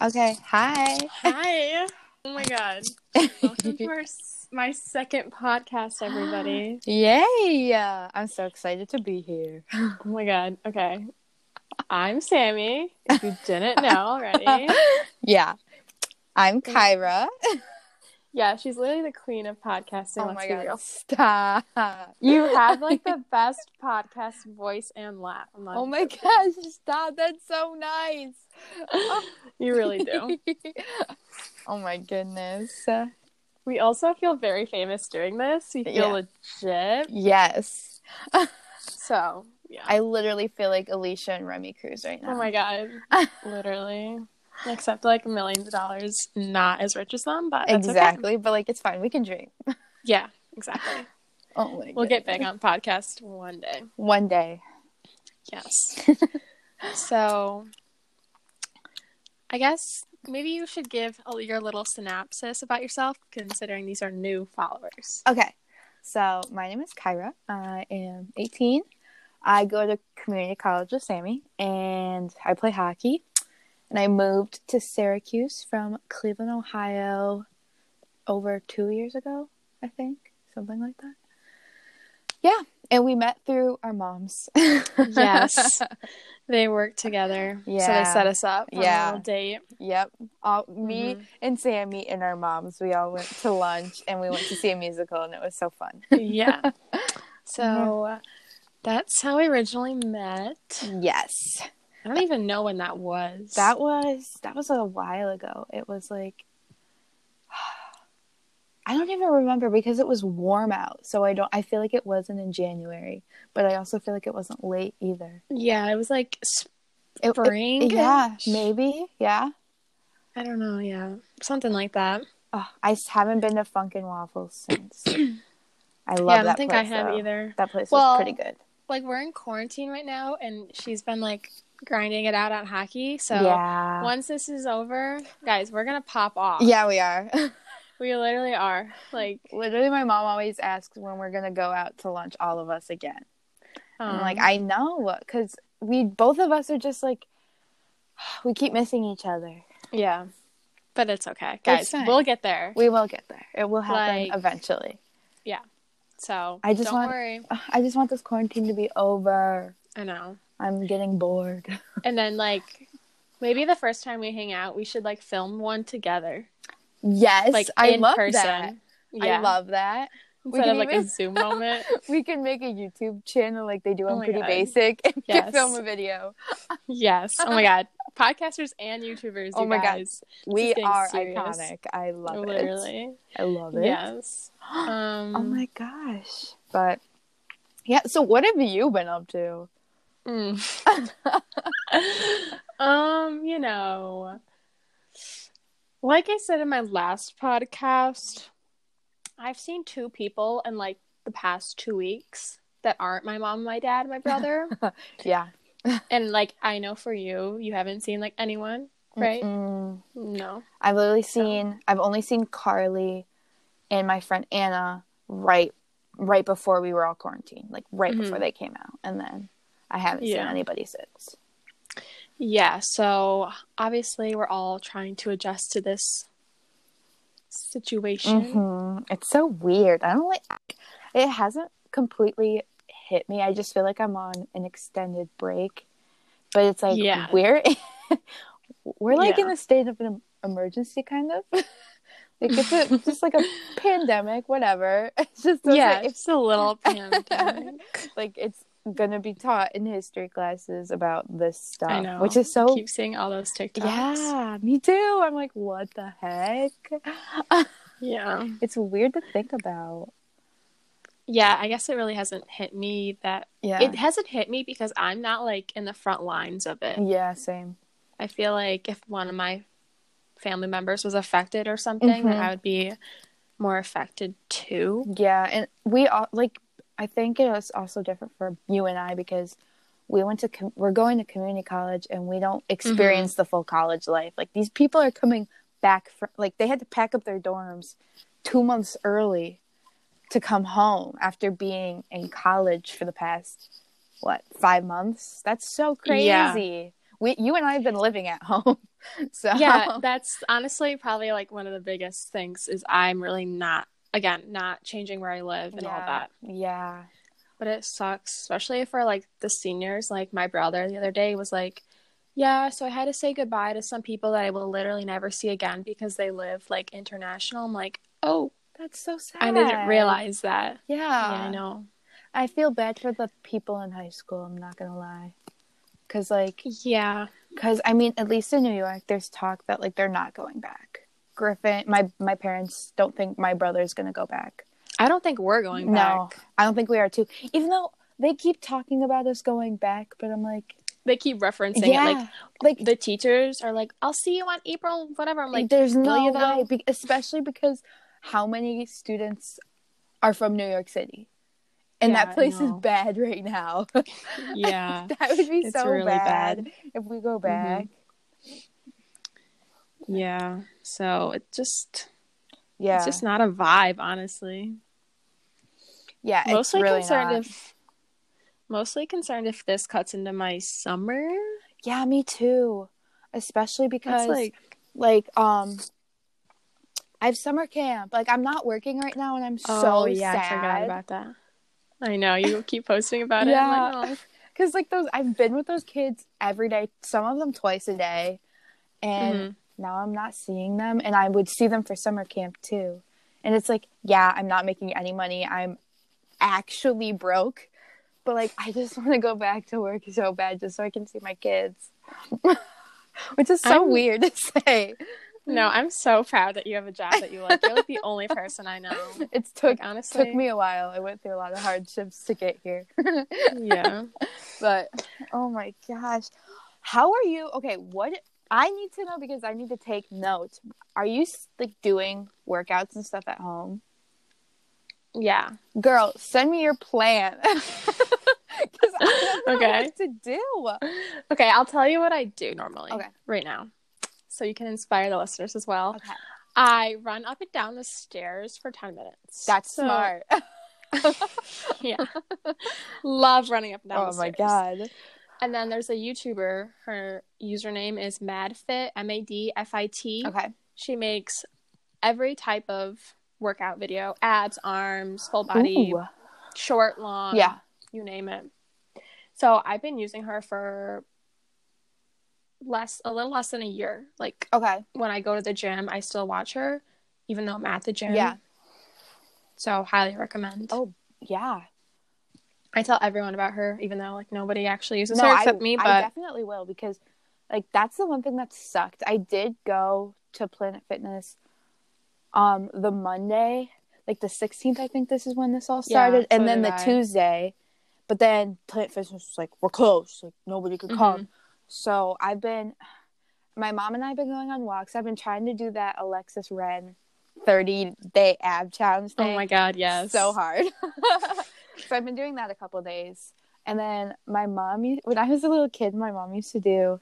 Okay. Hi. Hi. Oh my god. Welcome to our, s- my second podcast, everybody. Yay! I'm so excited to be here. Oh my god. Okay. I'm Sammy, if you didn't know already. Yeah. I'm Kyra. Yeah, she's literally the queen of podcasting. Oh let's my be god. real. Stop. You have like the best podcast voice and laugh. I'm like, Oh my gosh, stop. That's so nice. You really do. oh my goodness. We also feel very famous doing this. We feel legit. Yes. So, yeah. I literally feel like Alicia and Remy Cruz right now. Oh my god. Literally. Except like millions of dollars, not as rich as them, but that's okay. Exactly. But like it's fine. We can dream. Yeah, exactly. Oh my We'll get big goodness. on podcast one day. One day. Yes. so, I guess maybe you should give a- your little synopsis about yourself, considering these are new followers. Okay. So my name is Kyra. I am 18. I go to community college with Sammy and I play hockey. And I moved to Syracuse from Cleveland, Ohio over two years ago, I think. Something like that. Yeah. And we met through our moms. Yes, they work together. So Yeah. they set us up. On Yeah. A little date. yep. All, me Mm-hmm. and Sammy and our moms, we all went to lunch and we went to see a musical and it was so fun. Yeah. So. Mm-hmm. That's how we originally met. yes. I don't even know when that was. That was that was a while ago. It was like I don't even remember because it was warm out. So I don't I feel like it wasn't in January, but I also feel like it wasn't late either. yeah, it was like It, it- spring. yeah, maybe. Yeah. I don't know. Yeah, something like that. Oh, I s- haven't been to Funkin' Waffles since. I love yeah, I don't that think place. I have though. either. That place Well- was pretty good. Like we're in quarantine right now, and she's been like grinding it out on hockey. So yeah. once this is over, guys, we're gonna pop off. yeah, we are. we literally are. Like, Literally my mom always asks when we're going to go out to lunch all of us again. um, I'm like, I know, because we both of us are just like, we keep missing each other. yeah, but it's okay, guys. fine. We'll get there. We will get there. It will happen Like- eventually. So I just don't want- worry. Ugh, I just want this quarantine to be over. I know. I'm getting bored. And then like. Maybe the first time we hang out, we should like film one together, Yes, like I in love person. that. Yeah, I love that. instead can of like a even- Zoom moment. We can make a YouTube channel like they do Oh on my Pretty God. Basic and Yes. film a video. yes. Oh my god, podcasters and YouTubers. Oh you my God. guys. We getting are serious. iconic. I love it. literally. I love it. Yes. Um, Oh my gosh. But yeah, so what have you been up to? mm. hmm. um, you know, like I said in my last podcast, I've seen two people in like the past two weeks that aren't my mom, my dad, my brother, Yeah. and like I know for you, you haven't seen like anyone, right? Mm. No. I've literally So- seen I've only seen Carly and my friend Anna right right before we were all quarantined, like right Mhm. before they came out. And then I haven't seen Yeah. anybody since. Yeah, so obviously we're all trying to adjust to this situation. hmm It's so weird. I don't like it hasn't completely hit me. I just feel like I'm on an extended break. But it's like Yeah. we're we're like in Yeah. a state of an emergency kind of. like it's a, just like a pandemic, whatever. It's just those, yeah, like, it's a little pandemic. like it's gonna be taught in history classes about this stuff I know, which is so I keep seeing all those TikToks. yeah me too i'm like what the heck yeah, it's weird to think about yeah. I guess it really hasn't hit me that yeah it hasn't hit me because I'm not like in the front lines of it. yeah same I feel like if one of my family members was affected or something, then Mhm. I would be more affected too. yeah and we all like i think it was also different for you and i because we went to com- we're going to community college and we don't Mm-hmm. experience the full college life like these people are coming back from like they had to pack up their dorms two months early to come home after being in college for the past what five months that's so crazy Yeah. We, you and I have been living at home, so yeah, that's honestly probably like one of the biggest things is I'm really not again not changing where I live and all Yeah. that. yeah. But it sucks, especially for like the seniors. Like my brother the other day was like, "Yeah, so I had to say goodbye to some people that I will literally never see again because they live like international." I'm like, "Oh, That's so sad. I didn't realize that." Yeah, yeah, I know. I feel bad for the people in high school. I'm not gonna lie, because like, Yeah. because I mean, at least in New York, there's talk that like they're not going back. Griffin, my my parents don't think my brother's gonna go back. I don't think we're going No. back. I don't think we are too. Even though they keep talking about us going back, but I'm like, They keep referencing yeah, it. Like like, the teachers are like, "I'll see you on April whatever." I'm like, there's will no way, you though? be- especially because how many students are from New York City, and Yeah, I that place is know. bad right now. "Yeah." that would be It's so really bad, bad. Mm-hmm. if we go back. Yeah. So it just Yeah, it's just not a vibe, honestly. yeah, it's mostly really concerned not. if mostly concerned if this cuts into my summer. Yeah, me too. Especially That's because like like um I have summer camp. Like I'm not working right now and I'm so oh yeah, sad. I forgot about that. I know you keep posting about it. Yeah. I'm like, "Oh." Cuz like those I've been with those kids every day, some of them twice a day. And Mm-hmm. now I'm not seeing them and I would see them for summer camp too. And it's like, yeah, I'm not making any money. I'm actually broke. But like I just want to go back to work so bad just so I can see my kids. Which is so I'm- weird to say. No, I'm so proud that you have a job that you like. You're like the only person I know. It's took Like honestly, took me a while. I went through a lot of hardships to get here. yeah. but oh my gosh. How are you? Okay, what I need to know because I need to take notes. Are you like doing workouts and stuff at home? Yeah. Girl, send me your plan. Cuz I don't know Okay. what to do. Okay, I'll tell you what I do normally. Okay. Right now. So you can inspire the listeners as well. Okay. I run up and down the stairs for 10 minutes. That's So- smart. Yeah. Love running up and down Oh the my stairs. god. And then there's a YouTuber. Her username is MadFit, M A D F I T. Okay. She makes every type of workout video abs, arms, full body, um, Ooh. short, long. Yeah. You name it. So I've been using her for less, a little less than a year. Like Okay. when I go to the gym, I still watch her, even though I'm at the gym. Yeah. So highly recommend. Oh, Yeah. I tell everyone about her, even though like nobody actually uses No, her I, except me. But oh I definitely will because, like, that's the one thing that sucked. I did go to Planet Fitness, um, the Monday, like the sixteenth. I think this is when this all Yeah, started, so and then the did I. Tuesday. But then Planet Fitness was like, "We're closed. Like nobody could come." Mhm. So I've been, my mom and I have been going on walks. I've been trying to do that Alexis Wren thirty day ab challenge thing oh my god, yes, so hard. so I've been doing that a couple days, and then my mom, u- when I was a little kid, my mom used to do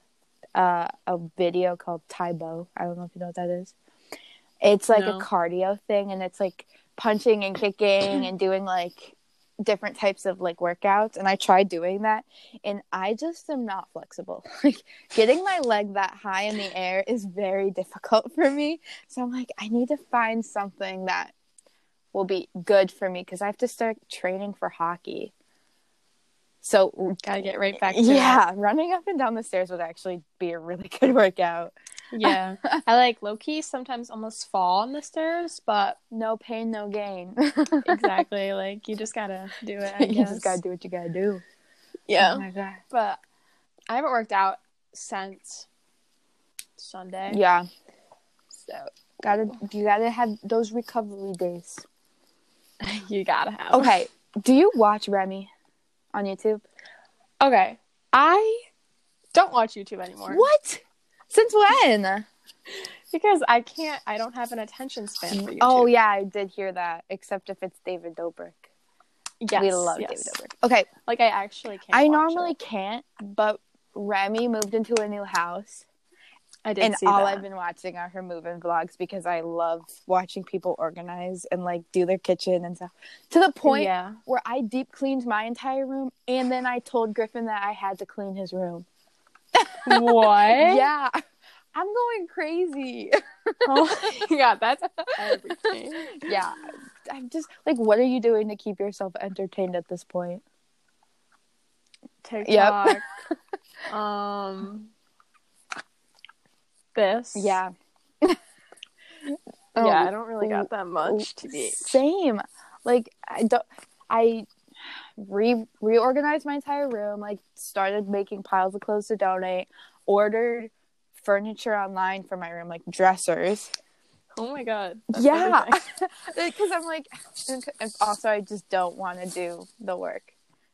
uh, a video called Taibo. I don't know if you know what that is. It's like No. a cardio thing, and it's like punching and kicking and doing like different types of like workouts. And I tried doing that, and I just am not flexible. Like getting my leg that high in the air is very difficult for me. So I'm like, I need to find something that will be good for me because I have to start training for hockey. So Gotta get right back to it. yeah, running up and down the stairs would actually be a really good workout. Yeah, I like low key sometimes almost fall on the stairs, but No pain, no gain. exactly, like you just gotta do it. I you just guess. gotta do what you gotta do. Oh yeah. my god. But I haven't worked out since Sunday. Yeah, So gotta you gotta have those recovery days. you gotta have. Okay, do you watch Remy on YouTube? Okay. I don't watch YouTube anymore. What? Since when? Because I can't. I don't have an attention span for YouTube. Oh yeah, I did hear that. Except if it's David Dobrik, yes, we love yes. David Dobrik. Okay, Like I actually can't. I watch normally it. can't, but Remy moved into a new house, I did and see all that. I've been watching are her move-in vlogs because I love watching people organize and like do their kitchen and stuff. To the point Yeah. where I deep cleaned my entire room, and then I told Griffin that I had to clean his room. what? Yeah. I'm going crazy. Oh my god, that's everything. yeah. I'm just like, what are you doing to keep yourself entertained at this point? TikTok. um this. Yeah. yeah, Um, I don't really got that much to be. Same. Like I don't I re reorganized my entire room, like started making piles of clothes to donate, ordered furniture online for my room, like dressers. Oh my god. that's yeah. everything. Because I'm like and and also I just don't want to do the work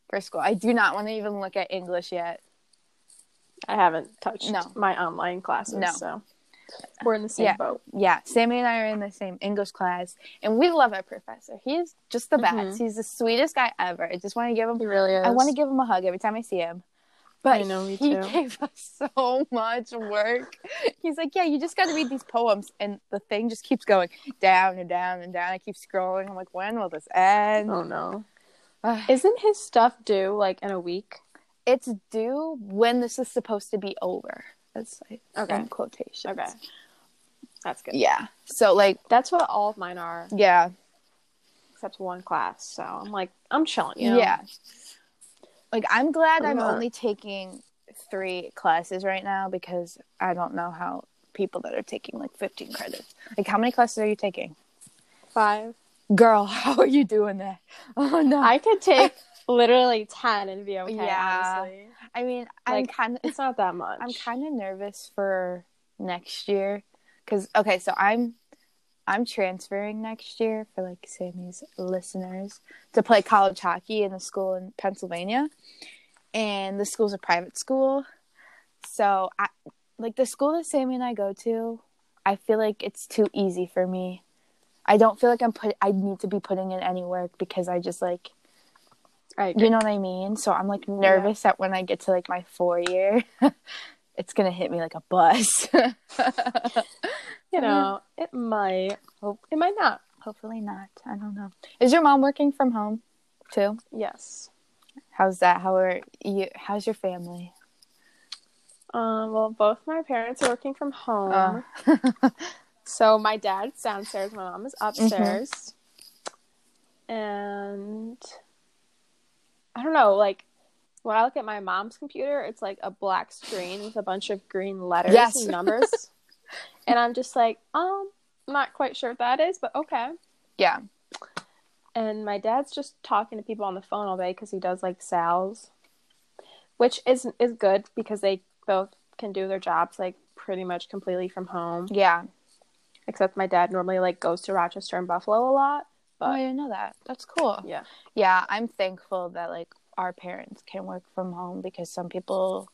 for school. I do not want to even look at English yet. I haven't touched No. my online classes, No. so we're in the same Yeah. boat. Yeah, Sammy and I are in the same English class and we love our professor. He is just the best. Mhm. He's the sweetest guy ever. I just want to give him He really is. I want to give him a hug every time I see him. But I know, me he too. gave us so much work. He's like, yeah, you just got to read these poems, and the thing just keeps going down and down and down. I keep scrolling. I'm like, when will this end? Oh no. Ugh. Isn't his stuff due like in a week? It's due when this is supposed to be over. That's like Okay. in quotations. Okay. That's good. Yeah. So like, That's what all of mine are, yeah, except one class. So I'm like, I'm chilling. You yeah. know? Like I'm glad I'm Ugh. only taking three classes right now because I don't know how people that are taking like 15 credits. Like how many classes are you taking? Five. girl, how are you doing that? Oh no. I, I could take literally ten and be okay. Yeah. Honestly, mean, I'm Like- kind of it's not that much. I'm kind of nervous for next year cuz okay, so I'm I'm transferring next year for like Sammy's listeners to play college hockey in a school in Pennsylvania. And the school's a private school. So I like the school that Sammy and I go to, I feel like it's too easy for me. I don't feel like I'm put I need to be putting in any work because I just like I agree. you know what I mean? So I'm like nervous that when I get to like my four year, it's gonna hit me like a bus. You know, it might. oh, Hope- It might not. Hopefully not. I don't know. Is your mom working from home too? Yes. How's that? How are you? How's your family? Um, well, both my parents are working from home. Uh, So my dad's downstairs, my mom is upstairs. And I don't know, like when I look at my mom's computer, it's like a black screen with a bunch of green letters Yes. and numbers. and I'm just like, um, I'm not quite sure what that is, but okay. yeah. And my dad's just talking to people on the phone all day because he does like sales, which is is good because they both can do their jobs like pretty much completely from home Yeah. except my dad normally like goes to Rochester and Buffalo a lot. Oh, I But didn't know that. That's cool. Yeah. yeah, I'm thankful that like our parents can work from home because some people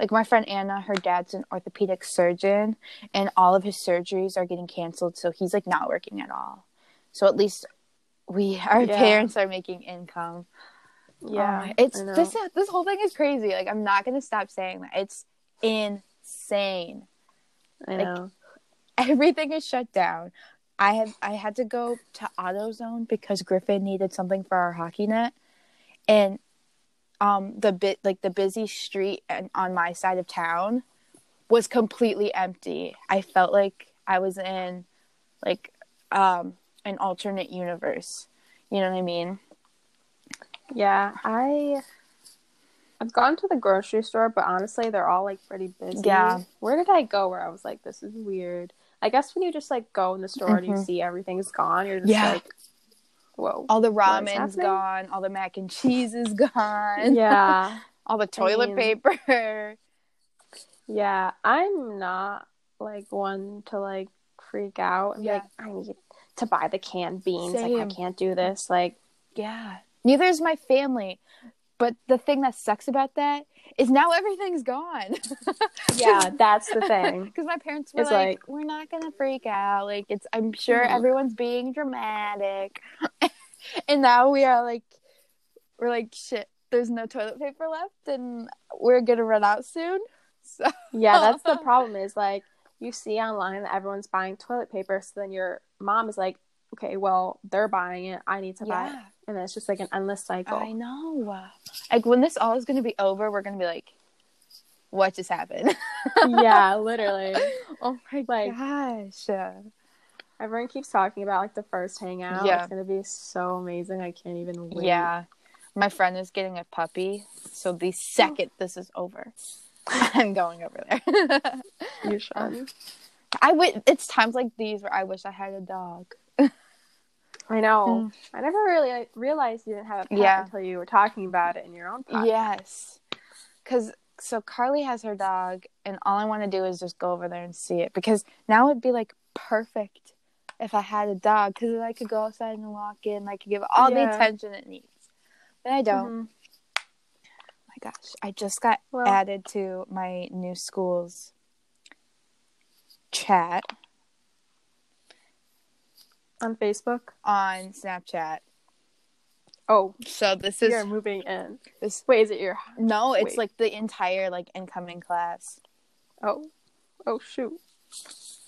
like my friend Anna, her dad's an orthopedic surgeon and all of his surgeries are getting canceled, so he's like not working at all. So at least we our Yeah. parents are making income. yeah, Oh, it's I know. this this whole thing is crazy. Like I'm not gonna stop saying that. It's insane. I like- know. Everything is shut down. I have I had to go to AutoZone because Griffin needed something for our hockey net, and um the bit like the busy street and on my side of town was completely empty. I felt like I was in like um an alternate universe. You know what I mean? yeah, I I've gone to the grocery store, but honestly, they're all like pretty busy. Yeah. where did I go where I was like, this is weird. I guess when you just like go in the store and you Mhm. see everything's gone, you're just Yeah. Oh, like, whoa. All the What's ramen's happening? gone. All the mac and cheese is gone. Yeah, All the toilet mean- paper. yeah. I'm not like one to like freak out and be Yeah. like, I need to buy the canned beans. Like Same. I can't do this. Like Yeah. Neither is my family. But the thing that sucks about that is now everything's gone. yeah, that's the thing. Because my parents were It's like, Mm-hmm. like- "We're not gonna freak out. Like it's. I'm sure Mhm. everyone's being dramatic." and now we are like, we're like, "Shit, there's no toilet paper left, and we're gonna run out soon." So Yeah, that's the problem is like you see online that everyone's buying toilet paper, so then your mom is like, okay, well, they're buying it. I need to buy it. And it's just like an endless cycle. I know. Like when this all is gonna be over, we're gonna be like, what just happened? yeah, literally. oh my Like- gosh. Everyone keeps talking about like the first hangout. Yeah. It's gonna be so amazing. I can't even wait. Yeah. My friend is getting a puppy, so the second this is over, I'm going over there. you Um, should. I would it's times like these where I wish I had a dog. I know. I never really like, realized you didn't have a pet Mm. Yeah. until you were talking about it in your own podcast. Yes. Cuz so Carly has her dog and all I want to do is just go over there and see it because now it'd be like perfect if I had a dog cuz I could go outside and walk in, I could give it all the Yeah. attention it needs. But I don't. Mhm. Oh my gosh. I just got Well, added to my new school's chat on Facebook. on Snapchat. Oh, So this is you're moving in. this Wait, is it your? no, it's Wait. like the entire like incoming class. Oh, oh shoot.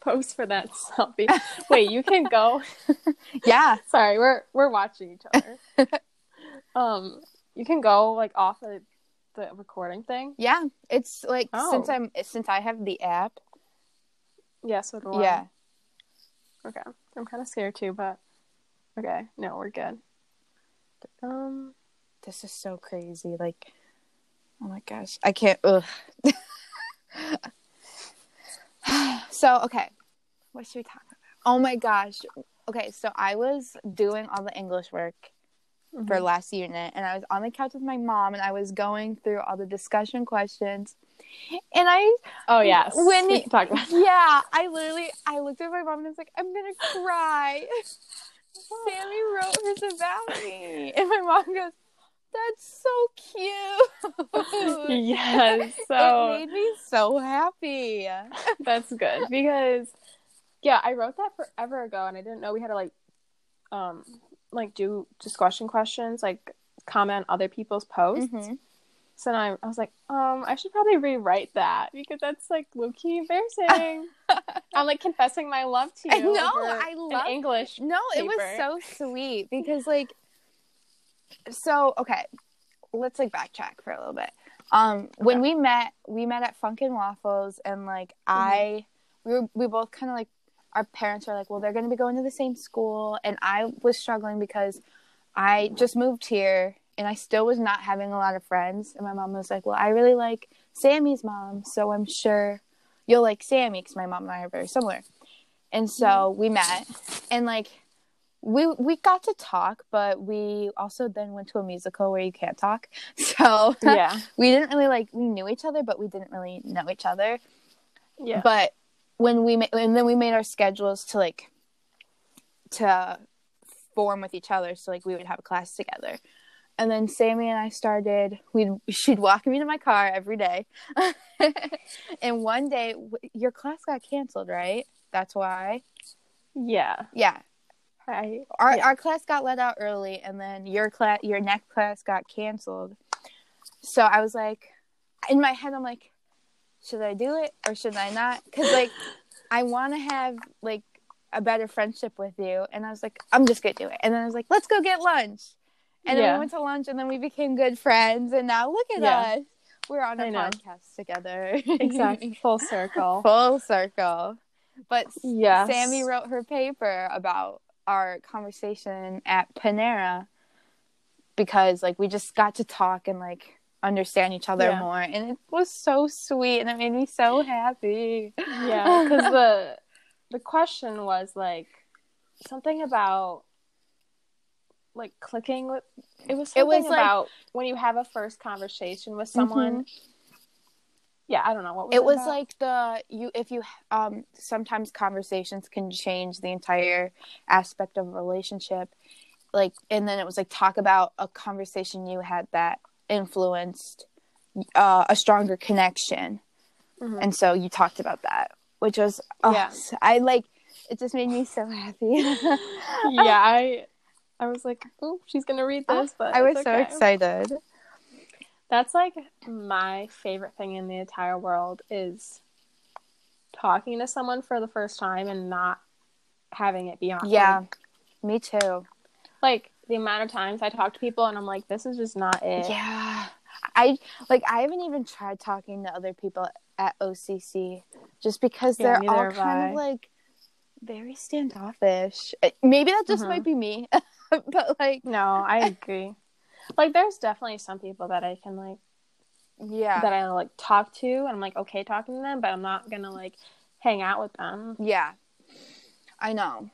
Pose for that selfie. Wait, you can go. Yeah. Sorry, we're we're watching each other. um, you can go like off the the recording thing. Yeah. It's like since Oh. I'm since I have the app. Yeah, so do I. Yeah. Okay. I'm kind of scared too, but okay. No, we're good. Um. This is so crazy. Like oh my gosh. I can't ugh. so okay. What should we talk about? Oh my gosh. Okay, so I was doing all the English work for Mm-hmm. last unit and I was on the couch with my mom and I was going through all the discussion questions and I oh yes. when- we can talk about yeah I literally I looked at my mom and I was like I'm gonna cry Sammy wrote hers about me and my mom goes that's so cute yes. it So made me so happy that's good because yeah, I wrote that forever ago, and I didn't know we had to like um like do discussion questions, like comment on other people's posts. Mhm. So now I, I was like, um, I should probably rewrite that because that's like low key embarrassing. I'm like confessing my love to I you. know, over I an love- English. No, it paper. was so sweet because like so okay, let's like backtrack for a little bit. Um when we met, we met at Funkin' Waffles and like I we were we both kind of like our parents were like, "Well, they're going to be going to the same school." And I was struggling because I just moved here and I still was not having a lot of friends. And my mom was like, "Well, I really like Sammy's mom, so I'm sure you'll like Sammy because my mom and I are very similar." And so we met, and like we we got to talk, but we also then went to a musical where you can't talk. So Yeah. we didn't really like we knew each other, but we didn't really know each other. Yeah. But when we ma- and then we made our schedules to like to form with each other, so like we would have a class together. And then Sammy and I started. We would she'd walk me to my car every day, and one day w- your class got canceled, right? That's why. yeah. Yeah, I our Yeah. our class got let out early and then your class your next class got canceled so i was like in my head i'm like should i do it or should i not because like i want to have like a better friendship with you and i was like i'm just gonna do it and then i was like let's go get lunch and then Yeah. we went to lunch and then we became good friends and now look at Yeah. us we're on a I know. podcast together exactly full circle. full circle but Yeah. Sammy wrote her paper about our conversation at Panera because like we just got to talk and like understand each other Yeah. more and it was so sweet and it made me so happy. Yeah, because the the question was like something about like clicking with. It was It something was, like- Mm-hmm. about when you have a first conversation with someone. Yeah, I don't know what was It was about? like the you if you um sometimes conversations can change the entire aspect of a relationship. Like and then it was like talk about a conversation you had that influenced uh, a stronger connection. Mhm. and so you talked about that which was oh, Yeah. i like it just made me so happy yeah, I I was like, oh, she's gonna read this, but Ah, i was it's so okay. excited That's like my favorite thing in the entire world is talking to someone for the first time and not having it be awkward. yeah me too like the amount of times I talk to people and I'm like, this is just not it. yeah I like I haven't even tried talking to other people at OCC just because Yeah, they're neither all have kind I. of like very standoffish. Uh, Maybe that just Mhm. might be me, but like No, I agree. like, there's definitely some people that I can like yeah, that I like talk to, and I'm like okay talking to them, but I'm not gonna like hang out with them. yeah, I know.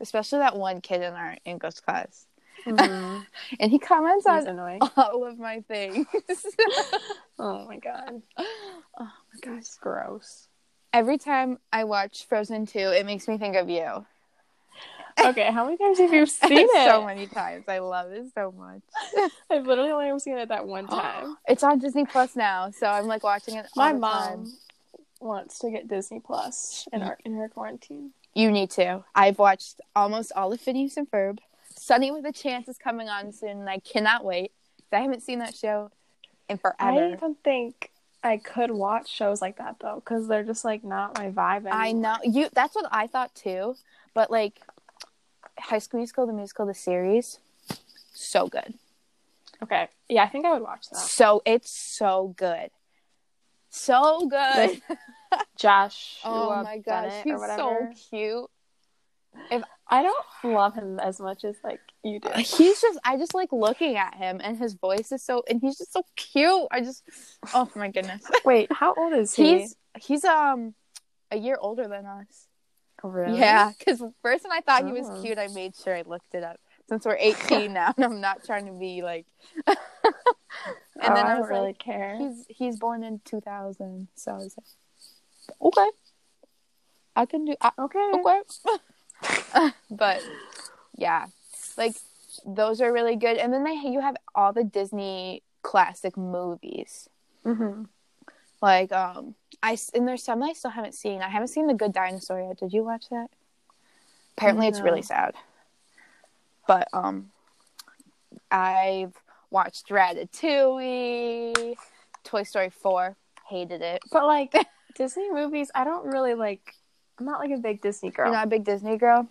Especially that one kid in our English class, Mm-hmm. Mhm. and he comments That's on annoying. all of my things. Oh my god, oh my gosh. that's gross. Every time I watch Frozen 2, it makes me think of you. Okay, how many times have you seen it? so many times. I love it so much. I've literally only ever seen it that one time. it's on Disney Plus now, so I'm like watching it. all my the mom time. wants to get Disney Plus Mm-hmm. in our in her quarantine. You need to. I've watched almost all of Phineas and Ferb. Sunny with a Chance is coming on soon, and I cannot wait. 'cause I haven't seen that show in I forever. don't think I could watch shows like that though, because they're just like not my vibe. Anymore. I know you. That's what I thought too. But like, High School Musical, the musical, the series, so good. Okay, yeah, I think I would watch that. So it's so good. So good. Josh. oh my gosh, he's so cute. I don't love him as much as like you do. He's just I just like looking at him and his voice is so and he's just so cute. I just oh my goodness. Wait, how old is he? He's he's um a year older than us. really? Yeah, cuz first when I thought he Oh. was cute, I made sure I looked it up. Since we're 18 now and I'm not trying to be like And And then Oh, I I, don't was really like care. he's he's born in 2000, so I was like okay. I can do I, okay. okay. but yeah, like those are really good. And then they you have all the Disney classic movies. Mhm. Like um, I s- and there's some I still haven't seen. I haven't seen The Good Dinosaur yet. Did you watch that? Apparently, it's No. really sad. But um, I've watched Ratatouille, Toy Story Four. Hated it. But like Disney movies, I don't really like. I'm not like a big Disney girl. You're not a big Disney girl.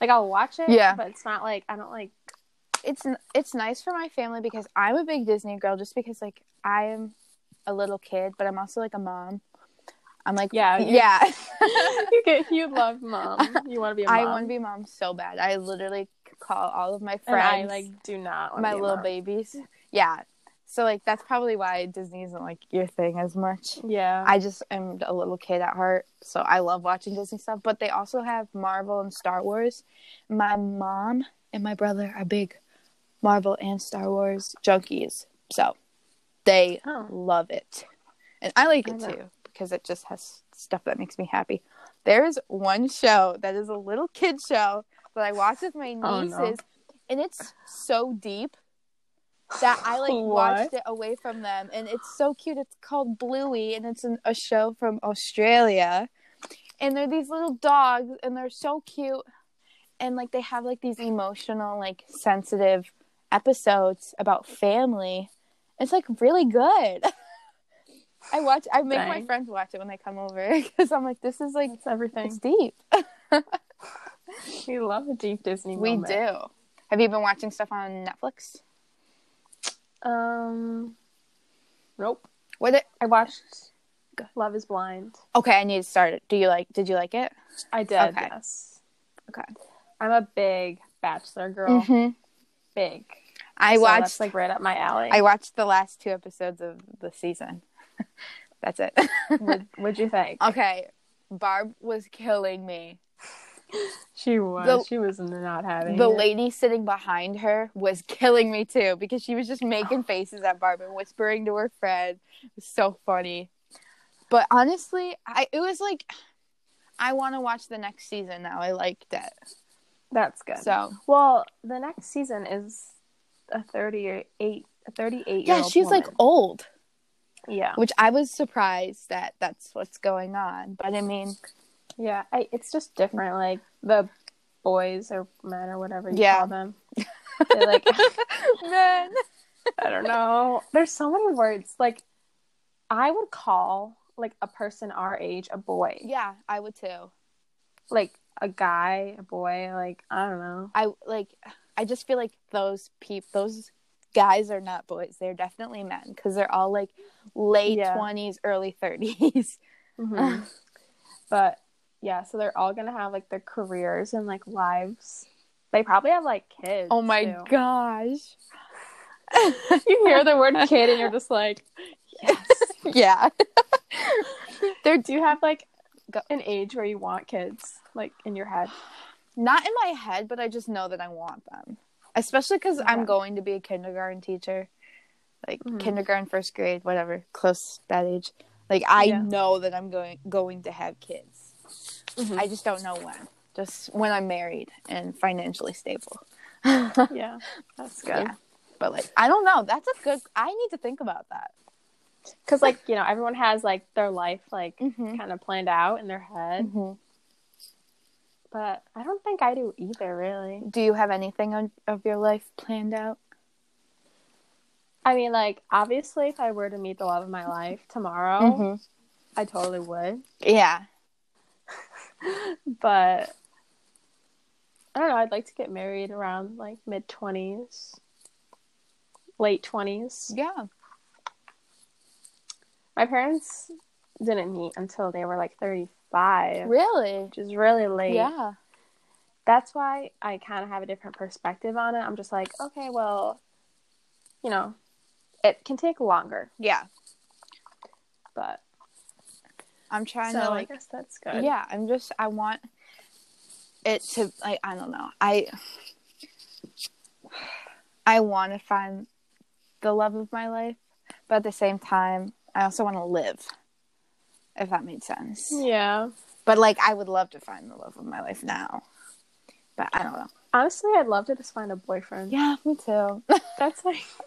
Like I'll watch it, Yeah. but it's not like I don't like. it's n- it's nice for my family because I'm a big Disney girl just because like I'm a little kid, but I'm also like a mom. I'm like Yeah, you- yeah. you get you love mom. You want to be a mom. I want to be a mom so bad. I literally c- call all of my And friends I like do not want my be a little mom. babies. Yeah. So like that's probably why Disney isn't like your thing as much. Yeah. I just am a little kid at heart, so I love watching Disney stuff. But they also have Marvel and Star Wars. My mom and my brother are big Marvel and Star Wars junkies, so they oh. love it, and I like I it know. too because it just has stuff that makes me happy. There is one show that is a little kid show that I watch with my Oh, no. nieces, and it's so deep that I like watched it away from them, and it's so cute. It's called Bluey, and it's an, a show from Australia, and they're these little dogs, and they're so cute, and like they have like these emotional, like sensitive episodes about family. It's like really good. I watch. I make my Dang. friends watch it when they come over because I'm like, this is like It's everything. it's deep. We love a deep Disney We moment. do. Have you been watching stuff on Netflix? do. Um, nope. What? It- I watched Go. Love Is Blind. okay, I need to start it. Do you like? Did you like it? I did. Okay. Yes. Okay. I'm a big Bachelor girl. hmm Big. I So watched That's like right up my alley. I watched the last two episodes of the season. That's it. What, what'd you think? okay. Barb was killing me. She was. The- she was not having The it. lady sitting behind her was killing me too because she was just making faces at Barb and whispering to her friend. It was so funny. But honestly, I it was like I want to watch the next season now. I liked it. That's good. So, well, the next season is a thirty-eight, a thirty-eight. yeah, she's like old, yeah, which I was surprised that that's what's going on. But I mean, yeah. I, it's just different. Like the boys or men or whatever you Yeah. call them. They're like man. I don't know. There's so many words. Like I would call like a person our age a boy. Yeah, I would too. Like a guy, a boy. Like I don't know. I like I just feel like those peop those guys are not boys. They're definitely men because they're all like late Yeah. 20s, early 30s. Mhm. but yeah, so they're all gonna have like their careers and like lives. They probably have like kids. oh my too. gosh. You hear the word kid and you're just like, yes. yeah. There, do you have like an age where you want kids, like in your head? Not in my head, but I just know that I want them. Especially because I'm Yeah. going to be a kindergarten teacher, like Mhm. kindergarten, first grade, whatever, close that age. Like I Yeah. know that I'm going going to have kids. I just don't know when. Just when I'm married and financially stable. yeah, that's good. Yeah. But like I don't know. That's a good I need to think about that. Because like you know, everyone has like their life like Mm-hmm. kind of planned out in their head, Mm-hmm. but I don't think I do either. Really, Do you have anything on, of your life planned out? I mean, like obviously, if I were to meet the love of my life tomorrow, Mm-hmm. I totally would. Yeah. But I don't know. I'd like to get married around like mid twenties, late twenties. Yeah. My parents didn't meet until they were like 35, Really? which is really late. Yeah. That's why I kind of have a different perspective on it. I'm just like, okay, well, you know, it can take longer, Yeah. but I'm trying so to I like guess that's good. Yeah, I'm just I want it to like I don't know. I I want to find the love of my life, but at the same time, I also want to live. If that made sense. Yeah. But like I would love to find the love of my life now. But I don't know. Honestly, I'd love to just find a boyfriend. Yeah, me too. That's like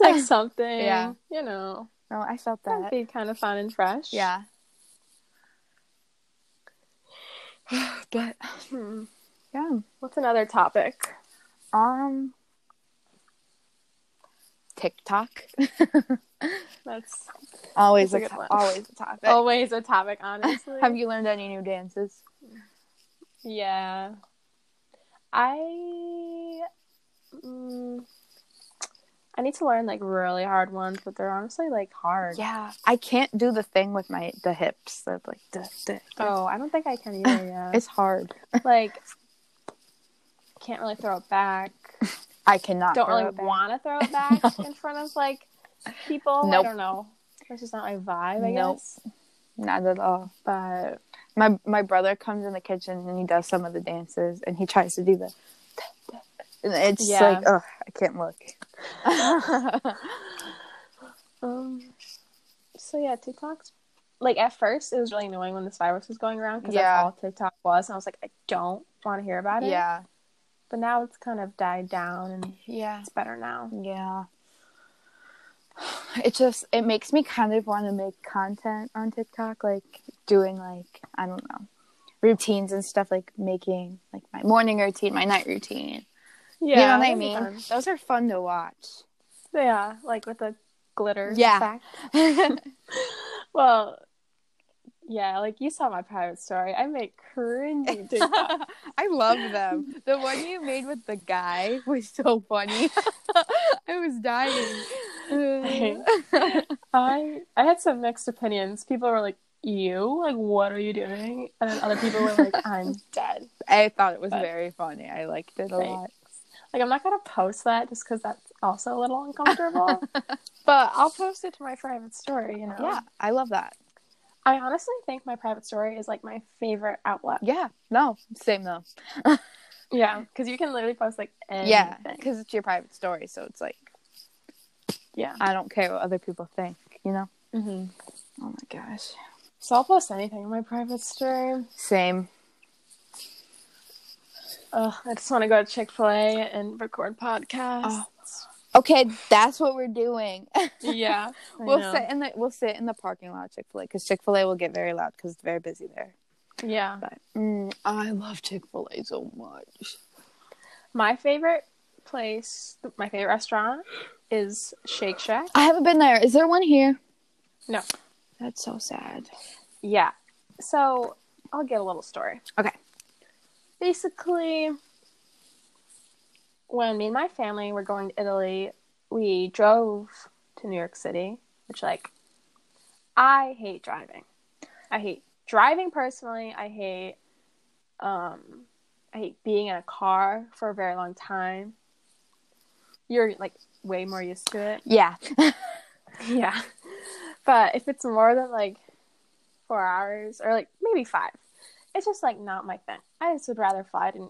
like something. Yeah. You know, No, I felt that'd that. be kind of fun and fresh. Yeah. but Hmm. yeah. What's another topic? Um TikTok. That's always That's a a, Oh, good one. always a topic. always a topic. Honestly. Have you learned any new dances? Yeah. I mm, I need to learn like really hard ones, but they're honestly like hard. Yeah, I can't do the thing with my the hips. That like duh, duh, duh. Oh, I don't think I can either. Yeah. it's hard. like can't really throw it back. I cannot. Don't throw really it back. want to throw it back in front of like people. Nope. I don't know. That's just not my vibe. I Nope. guess. Not at all. But My my brother comes in the kitchen and he does some of the dances and he tries to do the. duh, duh. And it's just Yeah. like oh, I can't look. Um. So yeah, TikToks. Like at first, it was really annoying when this virus was going around because Yeah. that's all TikTok was, and I was like, I don't want to hear about it. yeah, But now it's kind of died down, and yeah, it's better now. yeah. It just it makes me kind of want to make content on TikTok, like doing like I don't know routines and stuff, like making like my morning routine, my night routine. you know what I that'd be mean? fun. Those are fun to watch. Yeah, like with the glitter. Yeah. effect. Well, yeah, like you saw my private story. I make cringy TikToks. I love them. The one you made with the guy was so funny. I was dying. I I had some mixed opinions. People were like, "You like what are you doing?" And then other people were like, "I'm dead." I thought it was But- very funny. I liked it a Right. lot. Like, I'm not gonna post that just because that's also a little uncomfortable. but I'll post it to my private story. You know. Yeah, I love that. I honestly think my private story is like my favorite outlet. Yeah, no, same though. Yeah, because you can literally post like anything. Yeah, because it's your private story, so it's like Yeah. I don't care what other people think. You know? hmm Oh my gosh. So I'll post anything in my private story. Same. Ugh, I just want to go to Chick Fil A and record podcasts. Okay, that's what we're doing. Yeah. Oh. I we'll know. sit in the we'll sit in the parking lot Chick Fil A because Chick Fil A will get very loud because it's very busy there. Yeah. But mm, I love Chick Fil A so much. My favorite place, my favorite restaurant, is Shake Shack. I haven't been there. Is there one here? No. That's so sad. Yeah. So I'll get a little story. Okay. Basically, when me and my family were going to Italy we drove to New York City, which like I hate driving. I hate driving personally. I hate um I hate being in a car for a very long time. You're like way more used to it. Yeah. Yeah. But if it's more than like four hours or like maybe five, it's just like not my thing. I just would rather fly to,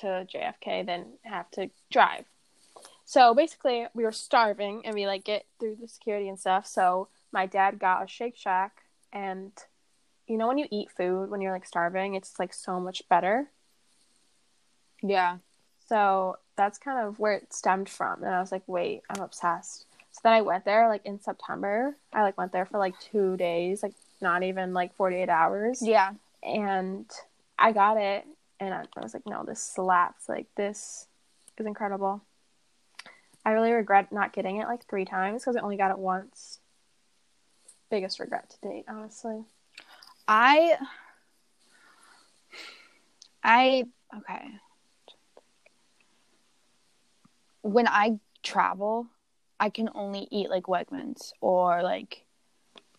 to JFK than have to drive. So basically, we were starving and we like get through the security and stuff. So my dad got a Shake Shack, and you know, when you eat food when you're like starving, it's like so much better. Yeah. So that's kind of where it stemmed from. And I was like, wait, I'm obsessed. So then I went there like in September. I like went there for like two days, like not even like 48 hours. Yeah. And I got it. And I, I was like, no, this slaps. Like, this is incredible. I really regret not getting it like three times because I only got it once. Biggest regret to date, honestly. I I okay. When I travel, I can only eat like Wegmans or like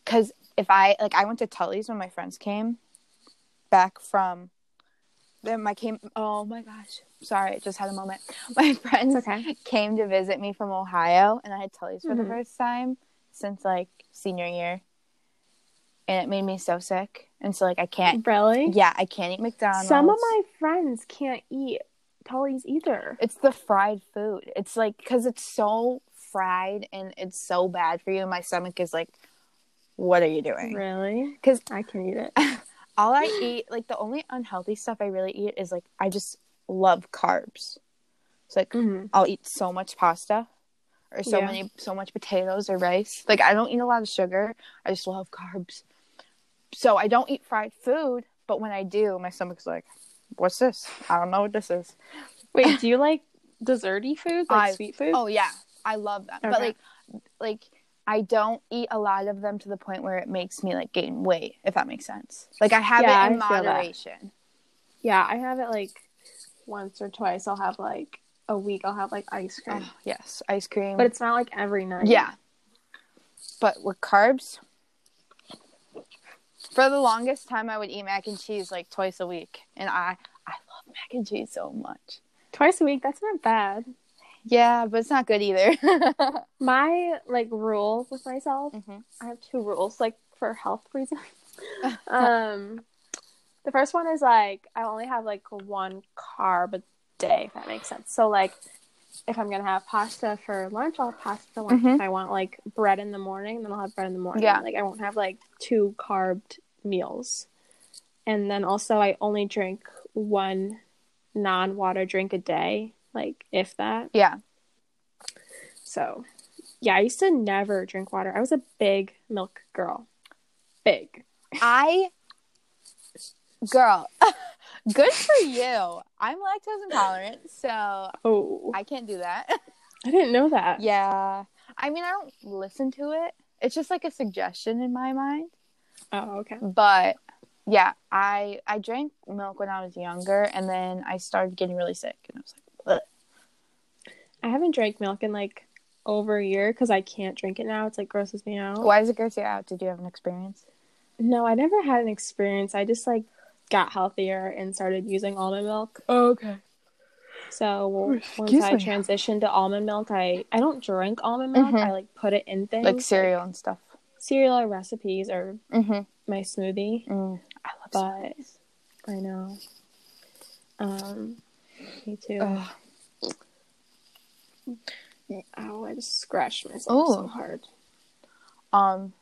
cuz if I like I went to Tully's when my friends came back from then my came oh my gosh. Sorry, I just had a moment. My friends okay. came to visit me from Ohio and I had Tully's for Mhm. the first time since like senior year. And it made me so sick. And so like I can't Really? yeah, I can't eat McDonald's. Some of my friends can't eat Tully's either. it's the fried food. It's like cuz it's so fried and it's so bad for you and my stomach is like what are you doing? Really? 'Cause- I can eat it. All I eat like the only unhealthy stuff I really eat is like I just love carbs. So like I'll eat so much pasta or so Yeah. many so much potatoes or rice. Like I don't eat a lot of sugar. I just love carbs. So I don't eat fried food, but when I do, my stomach's like, "What's this? I don't know what this is." Wait, do you like desserty food, like I- sweet food? Oh yeah, I love them. But Okay. like like I don't eat a lot of them to the point where it makes me like gain weight, if that makes sense. Like I have Yeah, it in I feel that. moderation. yeah, I have it like once or twice. I'll have like a week. I'll have like ice cream, Oh, yes, ice cream. but it's not like every night. Yeah. But with carbs, for the longest time, I would eat mac and cheese like twice a week, and I I love mac and cheese so much. twice a week. That's not bad. Yeah, but it's not good either. My like rule with myself. Mm-hmm. I have two rules, like for health reasons. um, the first one is like I only have like one carb a day, if that makes sense. So like, if I'm gonna have pasta for lunch, I'll have pasta for lunch. Mhm. If I want like bread in the morning, then I'll have bread in the morning. Yeah. Like I won't have like two carbed meals, and then also I only drink one non-water drink a day, like if that. Yeah, So, yeah, I used to never drink water. I was a big milk girl. Big. I, girl, good for you. I'm lactose intolerant, so Oh, I, I can't do that. didn't know that. yeah, I mean I don't listen to it. It's just like a suggestion in my mind. Oh, okay. but yeah i i drank milk when i was younger and then i started getting really sick and i was like "Ugh." I haven't drank milk in like over a year because I can't drink it now. It's like grosses me out. why does it gross you out did you have an experience No, I never had an experience. I just like got healthier and started using almond milk. okay So w- once Oh. Excuse I me. transitioned to almond milk, I I don't drink almond milk. Mhm. I like put it in things like cereal and stuff cereal recipes or mm-hmm my smoothie. mm. i love but, but I know. Um, me too. oh, I just scratched myself so Ooh. hard. um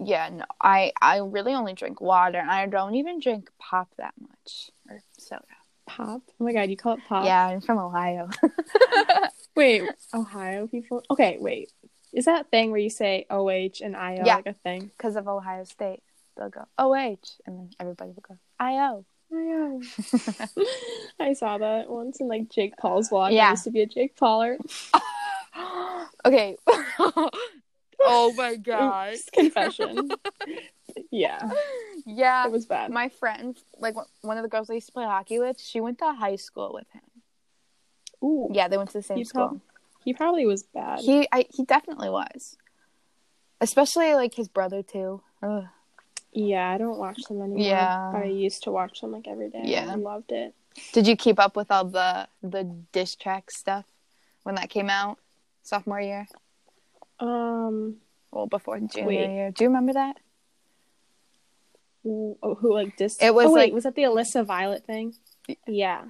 yeah no i i really only drink water and i don't even drink pop that much or soda Pop. Oh my god, you call it pop? yeah i'm from ohio Wait, Ohio people. Okay, wait. Is that thing where you say OH and IO Yeah. like a thing? because of ohio state they'll go oh and then everybody will go io IO. I saw that once in like Jake Paul's vlog. I Yeah. used to be a Jake Pauler. okay. oh my god. Oops, confession. yeah, Yeah. it was bad. Uh, My friend, like one- one of the girls I used to play hockey with, she went to high school with him. Ooh, Yeah, they went to the same You school. prob- He probably was bad. He I, he definitely was. Especially like his brother too. Ugh. yeah, I don't watch them anymore. Yeah. But I used to watch them like every day. Yeah. I loved it. Did you keep up with all the the dish track stuff when that came out sophomore year? Um, Well, before junior Wait. year. Do you remember that? who, oh, who like dis? It was, oh, wait, like- was that the Alyssa Violet thing? Yeah.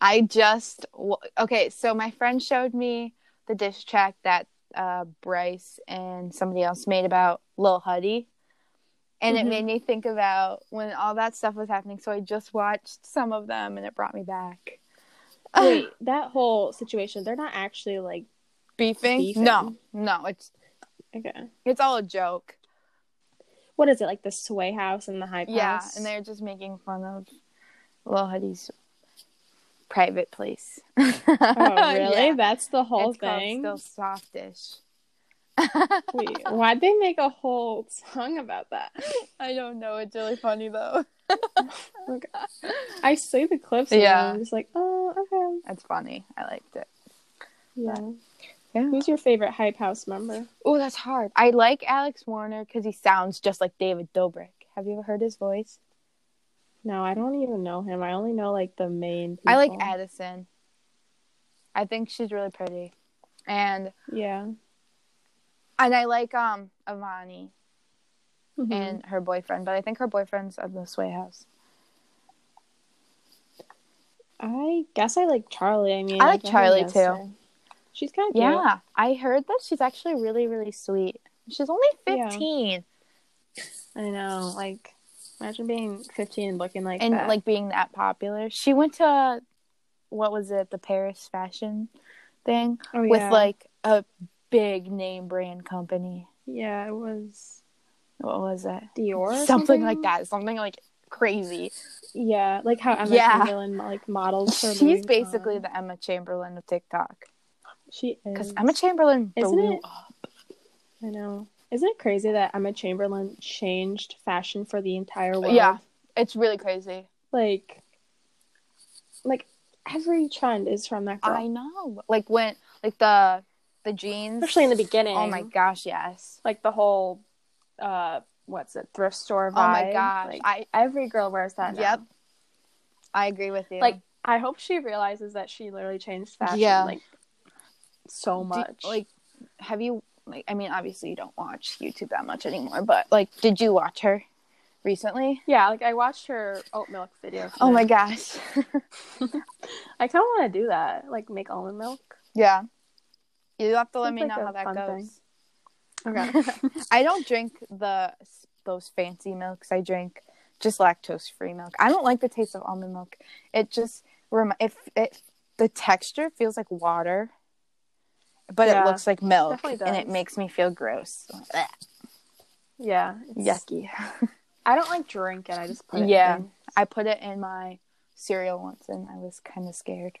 I just w- okay. So my friend showed me the dish track that uh, Bryce and somebody else made about Lil Huddy, and Mhm. it made me think about when all that stuff was happening. So I just watched some of them, and it brought me back. Wait, that whole situation. They're not actually like beefing? Beefing. No, no. It's okay. it's all a joke. uh, What is it like the Sway House and the Hype Yeah, House? and they're just making fun of Lil Huddy's private place. Oh, really? Yeah. That's the whole it's called thing. Still softish. Wait, why'd they make a whole song about that? I don't know. It's really funny though. Like, I see the clips. and Yeah. I'm just like, oh, okay. That's funny. I liked it. Yeah. Yeah. Who's your favorite Hype House member? Oh, that's hard. I like Alex Warner because he sounds just like David Dobrik. Have you ever heard his voice? No, I don't even know him. I only know like the main. I like people. Addison. I think she's really pretty, and Yeah. and I like um Avani Mhm. and her boyfriend, but I think her boyfriend's at the Sway House. I guess I like Charlie. I mean, I like guess Charlie, guess too. so. She's kind of Yeah, I heard that she's actually really really sweet. She's only Yeah. fifteen, I know. Like, imagine being 15 and looking like and that. like being that popular. She went to what was it, the Paris fashion thing Oh, with yeah. like a big name brand company. yeah, it was what was it? Dior, or Something, like that. Something like crazy. Yeah, like how Emma Yeah. Chamberlain like models for. Louis She's basically Vuitton. the Emma Chamberlain of TikTok. She is. Because Emma Chamberlain Isn't blew it- up. I know. Isn't it crazy that Emma Chamberlain changed fashion for the entire world? Yeah. It's really crazy. Like, like every trend is from that girl, I know. Like when like the the jeans. especially in the beginning. Oh my gosh, yes. Like the whole, uh, what's it, thrift store vibe? Oh my gosh. Like, I every girl wears that. now. Yep. I agree with you. Like I hope she realizes that she literally changed fashion. Yeah. Like so Do- much. like have you like I mean obviously you don't watch YouTube that much anymore, but like did you watch her recently? yeah, like I watched her oat milk video. Oh my today. gosh. I kind of want to do that. Like make almond milk. yeah. You have to let Seems me like know a how that fun goes. thing. Okay. I don't drink the those fancy milks. I drink just lactose free milk. I don't like the taste of almond milk. It just rem- if it the texture feels like water, but Yeah. it looks like milk, Definitely and it does. makes me feel gross. Blech. yeah. it's- Yucky. I don't like drink it. I just put it. Yeah. in. I put it in my cereal once, and I was kind of scared.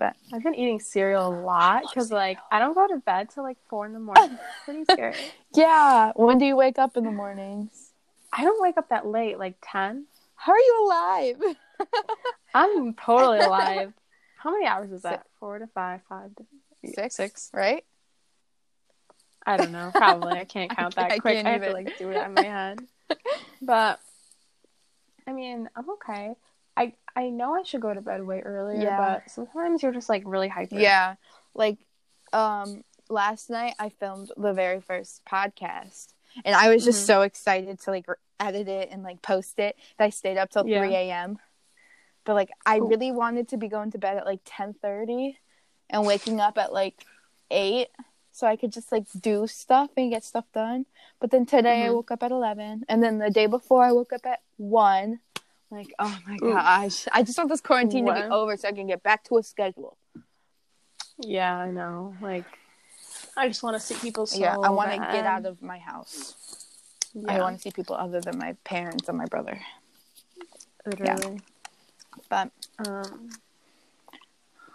I've been eating cereal a lot because like I don't go to bed till like four in the morning. It's pretty scary. Yeah. When do you wake up in the mornings? I don't wake up that late. Like ten. How are you alive? I'm totally alive. How many hours is that? Four to five. Five to Six. Six. Right. I don't know. Probably. I can't count that I quick. can't I have to either. like do it on my head. But I mean, I'm okay. I I know I should go to bed way earlier, Yeah. but sometimes you're just like really hyper. Yeah. Like um last night I filmed the very first podcast and I was just Mhm. so excited to like re- edit it and like post it that I stayed up till Yeah. 3 a.m. But like I Ooh. really wanted to be going to bed at like 10:30 and waking up at like 8 so I could just like do stuff and get stuff done. But then today I Mhm. woke up at 11 and then the day before I woke up at 1 like oh my Ooh. gosh. I just want this quarantine to be Wow. over so I can get back to a schedule. Yeah, I know. Like I just want to see people so yeah, I want to get bad. out of my house. yeah, I want to see people other than my parents and my brother. literally. But Um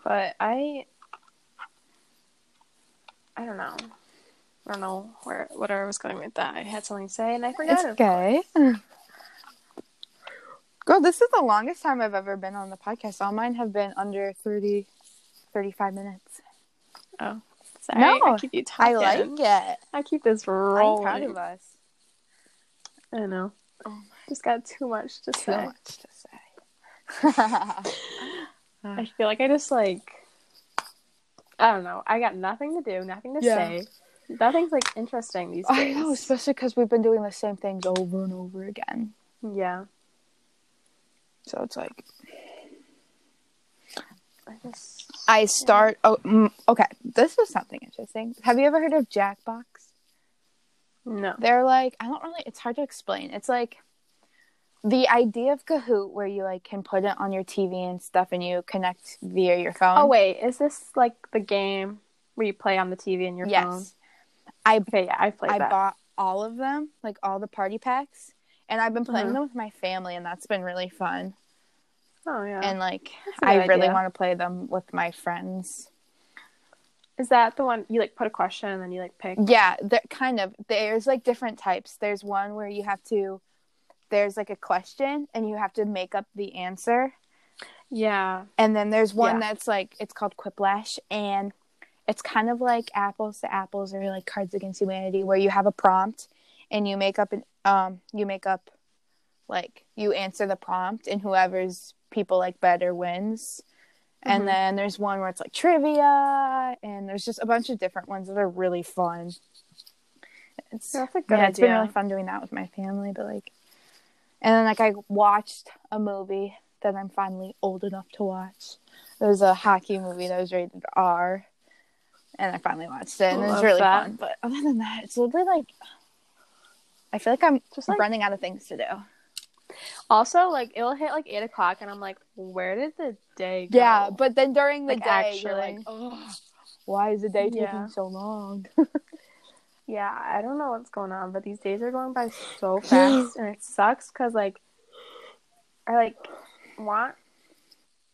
but I I don't know. I don't know where what I was going with that. I had something to say and I forgot it's it. okay. Girl, this is the longest time I've ever been on the podcast. All mine have been under 30 35 minutes. Oh, sorry. No, I No, keep you I talking. like it. I keep this I'm rolling. proud of us. I know. Oh my. Just got too much to Too say. much to say. I feel like I just like I don't know. I got nothing to do, nothing to Yeah. say. Nothing's like interesting these I days. know, especially because we've been doing the same things over and over again. Yeah. So it's like I just I start. Oh, mm, okay. This is something interesting. Have you ever heard of Jackbox? no. They're like I don't really. It's hard to explain. It's like the idea of Kahoot, where you like can put it on your TV and stuff, and you connect via your phone. Oh wait, is this like the game where you play on the TV and your yes. phone? I Okay, yeah, I played I that. bought all of them, like all the party packs, and I've been playing Mhm. them with my family, and that's been really fun. oh yeah. And like, That's a I good really idea. want to play them with my friends. is that the one you like put a question and then you like pick? Yeah, that kind of. There's like different types. There's one where you have to. There's like a question, and you have to make up the answer. Yeah. And then there's one Yeah. that's like it's called Quiplash, and it's kind of like apples to apples or like Cards Against Humanity, where you have a prompt and you make up an um you make up like you answer the prompt, and whoever's people like better wins. Mhm. And then there's one where it's like trivia, and there's just a bunch of different ones that are really fun. It's That's a good yeah, it's been idea. really fun doing that with my family, but like, and then like I watched a movie that I'm finally old enough to watch. It was a hockey movie that was rated R, and I finally watched it, and it was Love really that. fun. But other than that, it's literally like, I feel like I'm Just just like- running out of things to do. Also, like it'll hit like eight o'clock and I'm like, where did the day go? Yeah, but then during the like day, actually you're like, why is the day Yeah. taking so long? Yeah, I don't know what's going on, but these days are going by so fast, and it sucks because like I like want.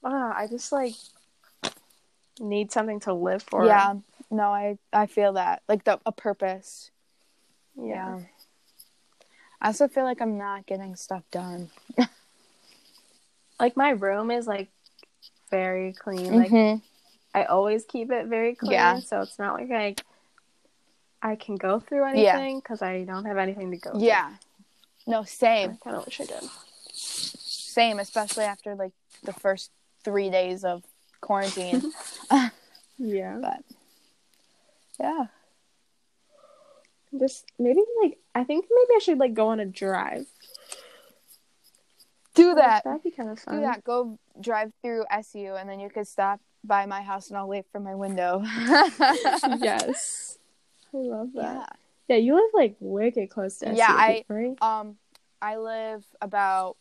Uh, I just like need something to live for. yeah, no, I I feel that like the a purpose. yeah. I also feel like I'm not getting stuff done. Like my room is like very clean. Like Mhm. I always keep it very clean, Yeah. so it's not like I I can go through Yeah. anything because I don't have anything to go. Yeah. No, through. I same, kind of wish I did. same. Especially after like the first three days of quarantine. Yeah. but yeah, Just maybe like I think maybe I should like go on a drive. do that. That'd be kind of fun. Do that. Go drive through SU, and then you could stop by my house, and I'll wait from my window. yes. I love yeah. that. Yeah, you live like wicked close to Yeah, SU, I- right? Um, I live about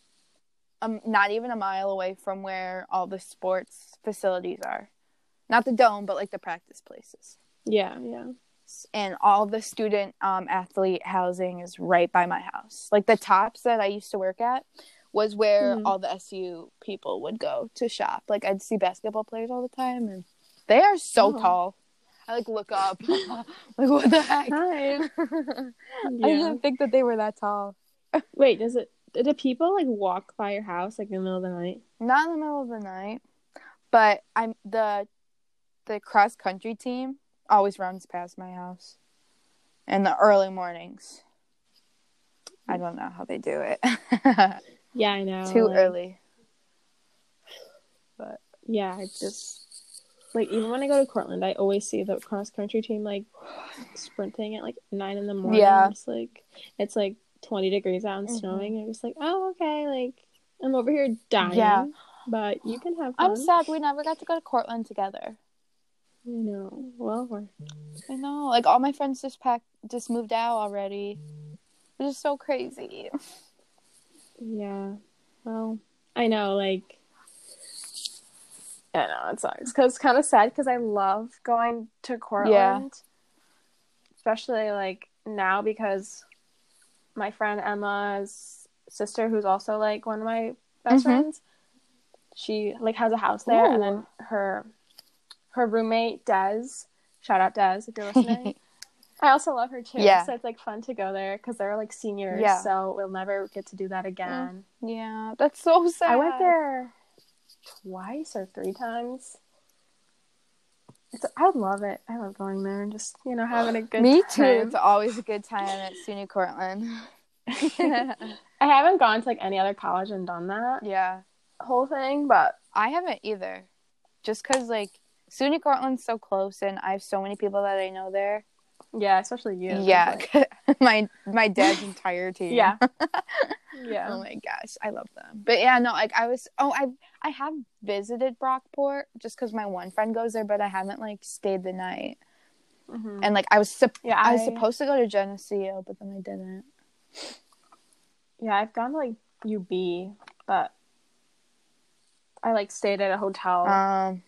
um not even a mile away from where all the sports facilities are. Not the dome, but like the practice places. Yeah, yeah. And all the student um, athlete housing is right by my house. Like the tops that I used to work at was where Mhm. all the SU people would go to shop. Like I'd see basketball players all the time, and they are so Oh. tall. I like look up, like what the heck? Hi. I yeah. didn't think that they were that tall. Wait, does it do people like walk by your house like in the middle of the night? not in the middle of the night, but I'm the the cross country team always runs past my house in the early mornings. I don't know how they do it. Yeah, I know. Too like, early. But Yeah, I just like even when I go to Cortland, I always see the cross country team like sprinting at like nine in the morning. Yeah. It's like it's like twenty degrees out and Mhm. snowing. And I'm just like, oh okay, like I'm over here dying. Yeah. But you can have fun. I'm sad we never got to go to Cortland together. I know. Well, we're I know, like all my friends just packed, just moved out already. Which is so crazy. yeah. Well, I know. Like, I know it sucks because it's kind of sad because I love going to Cortland, especially like now because my friend Emma's sister, who's also like one of my best Mhm. friends, she like has a house there, and then Ooh. her her roommate Des, shout out Des if you're listening. I also love her too. Yeah. So it's like fun to go there because they're like seniors. Yeah. So we'll never get to do that again. Yeah, that's so sad. I went there twice or three times. It's, I love it. I love going there and just you know having a good. Me too. time. It's always a good time at SUNY Cortland. I haven't gone to like any other college and done that yeah, whole thing, but I haven't either. Just because like SUNY Cortland's so close, and I have so many people that I know there. yeah, especially you. Yeah, like- my my dad's entire team. yeah, Oh yeah. my gosh, I love them. But yeah, no, like I was. Oh, I I have visited Brockport just because my one friend goes there, but I haven't like stayed the night. Mhm. And like I was, sup- Yeah, I was supposed to go to Geneseo, but then I didn't. Yeah, I've gone to like UB, but I like stayed at a hotel, Um,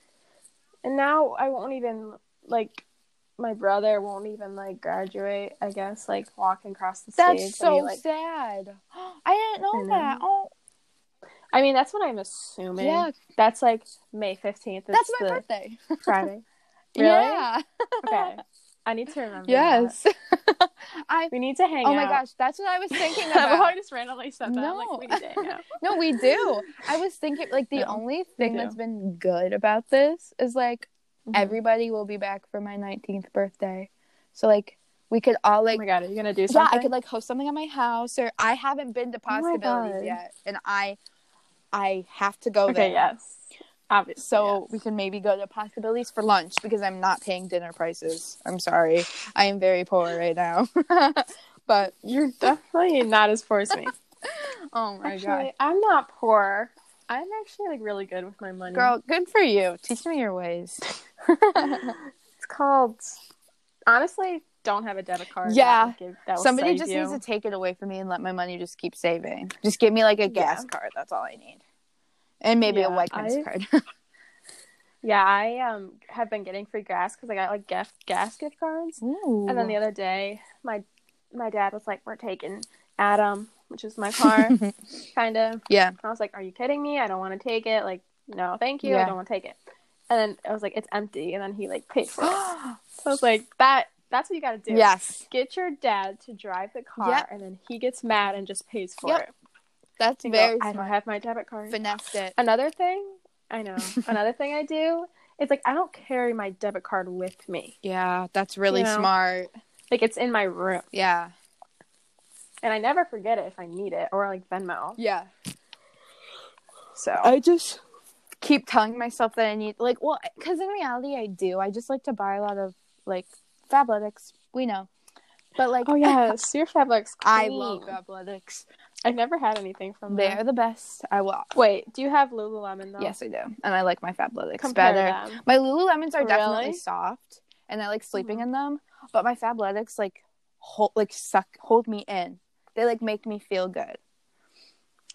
and now I won't even like my brother won't even like graduate. I guess like walking across the stage. that's and so he, like- sad. I didn't know I know. that. Oh, I mean, that's what I'm assuming. yeah, That's like May fifteenth. that's my the birthday. Friday. Really? Yeah. Okay. I need to remember. that. Yes. I. We need to hang out. Oh my gosh, that's what I was thinking I've about. already just randomly said that. No. I'm like, we need to hang out. No, we do. I was thinking like the No, only thing do. that's been good about this is like Mhm. everybody will be back for my 19th birthday. So like we could all oh like my god, are you gonna do yeah, something? I could like host something at my house or I haven't been to Oh my possibilities God. yet and I I have to go okay, there. yes. Obviously. So yes. we can maybe go to possibilities for lunch because I'm not paying dinner prices. I'm sorry. I am very poor right now. but You're definitely not as poor as me. oh my actually, god. I'm not poor. I'm actually like really good with my money. Girl, good for you. Teach me your ways. it's called. Honestly, don't have a debit card. Yeah. That would give- that will Somebody save just you. needs to take it away from me and let my money just keep saving. Just give me like a gas Yeah. card. That's all I need. And maybe a Yeah, Wegmans I- card. Yeah, I um have been getting free gas because I got like gift gas gift cards. And then the other day, my my dad was like, "We're taking Adam, which is my car, kind of." And yeah. I was like, "Are you kidding me? I don't want to take it. Like, no, thank you. Yeah. I don't want to take it." And then I was like, "It's empty." And then he like paid for it. So I was like, "That that's what you got to do. yes. Get your dad to drive the car, Yep. and then he gets mad and just pays for Yep. it." That's You go, very I don't smart. have my debit card. Finessed it. Another thing, I know. Another thing I do is like I don't carry my debit card with me. Yeah, that's really You know. smart. Like it's in my room. Yeah. and I never forget it if I need it or like Venmo. Yeah. So I just keep telling myself that I need like well cuz in reality I do. I just like to buy a lot of like Fabletics. We know. But like oh yes, your Fabletics. I love them. Fabletics. I've never had anything from They are there. the best. I will Wait, do you have Lululemon though? Uh-huh. Yes, I do. And I like my Fabletics Compare better. them. My Lululemons are definitely Really? soft, and I like sleeping in them. But my Fabletics like hold, like suck, hold me in. They like make me feel good,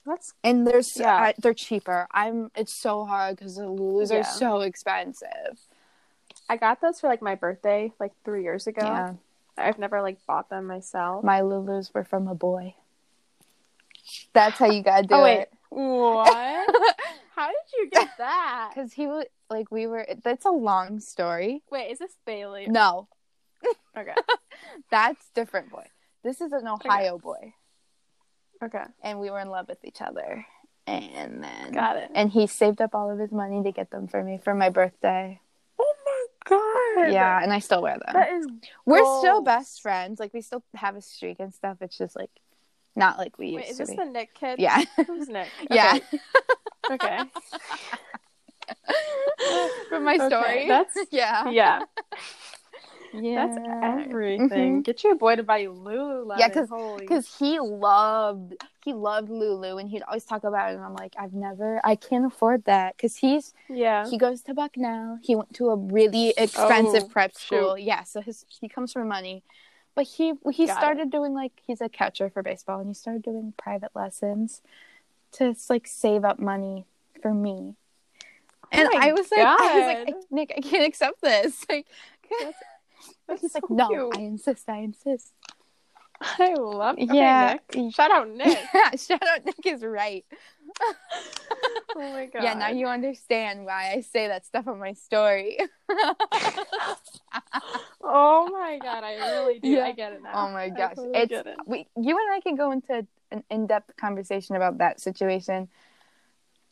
That's and they're so, Yeah. I- they're cheaper. I'm it's so hard because the Lulus Yeah. are so expensive. I got those for like my birthday like three years ago. Yeah, I've never like bought them myself. my Lulus were from a boy. That's how you gotta do oh wait, it. what? How did you get that? Because he was like we were. That's a long story. Wait, is this Bailey? No, Okay. that's different boy. This is an Ohio boy, Okay. and we were in love with each other. And then Got it. and he saved up all of his money to get them for me for my birthday. Oh my god. Yeah, and I still wear them. That is We're still goals. best friends. Like we still have a streak and stuff. It's just like not like we used Wait, is to this be. the Nick kid? Yeah. Who's Nick? Yeah, Okay. okay. from my Okay, story. that's- yeah. Yeah. yeah, Mm-hmm. That's everything. Get your boy to buy you Lululemon. Yeah, 'cause- holy. Because he loved he loved Lulu, and he'd always talk about it. And I'm like, I've never, I can't afford that. Because he's yeah, he goes to Bucknell. He went to a really expensive Oh, prep school. Yeah, so his he comes from money. But he he Got started doing like he's a catcher for baseball and he started doing private lessons to like save up money for me. And Oh my I was like I was like God. Nick, I can't accept this. Like that's he's like so no, cute. I insist, I insist. I love. Okay, Yeah. Nick. shout out Nick. Shout out Nick is right. oh my god. Yeah, now you understand why I say that stuff on my story. Oh my god, I really do. Yeah. I get it now. Oh my I gosh, totally it's get it. we, you and I can go into an in-depth conversation about that situation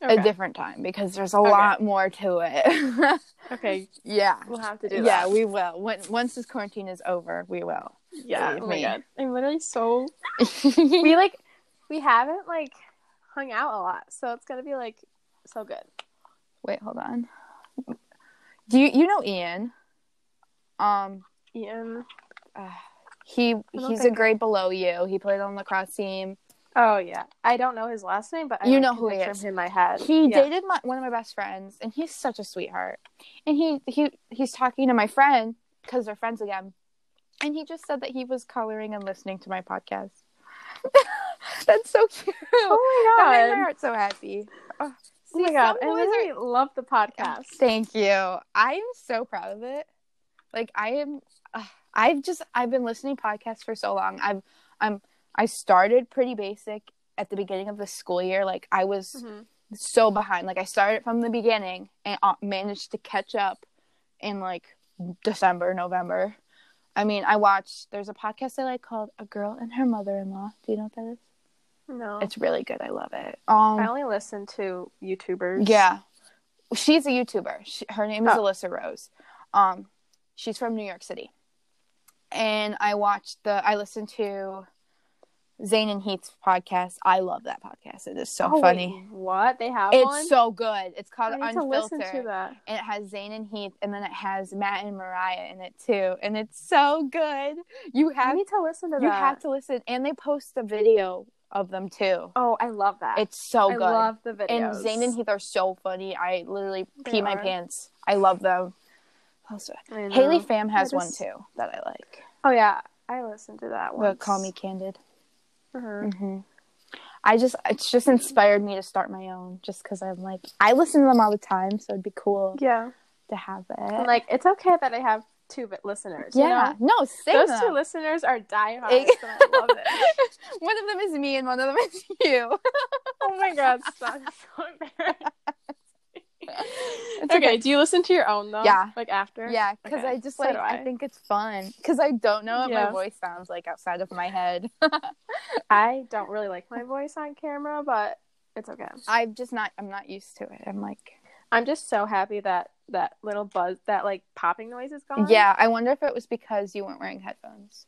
Okay. a different time because there's a Okay. lot more to it. okay, yeah. we'll have to do that. Yeah, we will. When, once this quarantine is over, we will. Yeah, oh my me. god. I'm literally so we like we haven't like hung out a lot, so it's gonna be like so good. Wait, hold on. Do you you know Ian? Um, Ian. he don't he's a think I- grade below you. He played on the lacrosse team. Oh yeah. I don't know his last name, but I You like, know can who he picture is. him in my head. He Yeah. dated my, one of my best friends, and he's such a sweetheart. And he he he's talking to my friend because they're friends again, and he just said that he was coloring and listening to my podcast. That's so cute. Oh That made my my god. heart so happy. Oh, Oh my see, god. I some boys are literally love the podcast. Thank you. I'm so proud of it. Like I am. ugh, I've just I've been listening podcasts for so long. I've I'm I started pretty basic at the beginning of the school year. Like I was Mhm. so behind. Like I started from the beginning and uh, managed to catch up in like December, November. I mean, I watched. There's a podcast I like called "A Girl and Her Mother-in-Law." Do you know what that is? No. It's really good. I love it. Um, Oh. I only listen to YouTubers. yeah. She's a YouTuber. She, her name is Oh. Alyssa Rose. Um, she's from New York City. And I watched the, I listened to Zayn and Heath's podcast. I love that podcast. It is so Oh, wait, funny. what? They have It's one? so good. It's I called need to listen Unfiltered. to that. And it has Zayn and Heath, and then it has Matt and Mariah in it too. And it's so good. You I have need to listen to you that. have to listen. And they post a video of them too. Oh, I love that. It's so I good. love the videos. And Zayn and Heath are so funny. I literally They pee my are. pants. I love them. Also, I know. Haley Fam has That one is- too that I like. Oh yeah, I listened to that one. But call me candid. Uh-huh. hmm I just it's just inspired me to start my own just because I'm like I listen to them all the time, so it'd be cool Yeah, to have it. and like it's okay that I have two vi- listeners. you yeah, know? no, same. those two listeners are diehards, Ig- and I love it. one of them is me and one of them is you. oh my god, stop! I'm so embarrassed. It's okay, do you listen to your own though? Yeah. like after. Yeah, because Okay, I just so like do I. I. think it's fun because I don't know what Yeah. my voice sounds like outside of my head. I don't really like my voice on camera, but it's okay. I'm just not. I'm not used to it. I'm like, I'm just so happy that that little buzz, that like popping noise is gone. yeah. I wonder if it was because you weren't wearing headphones.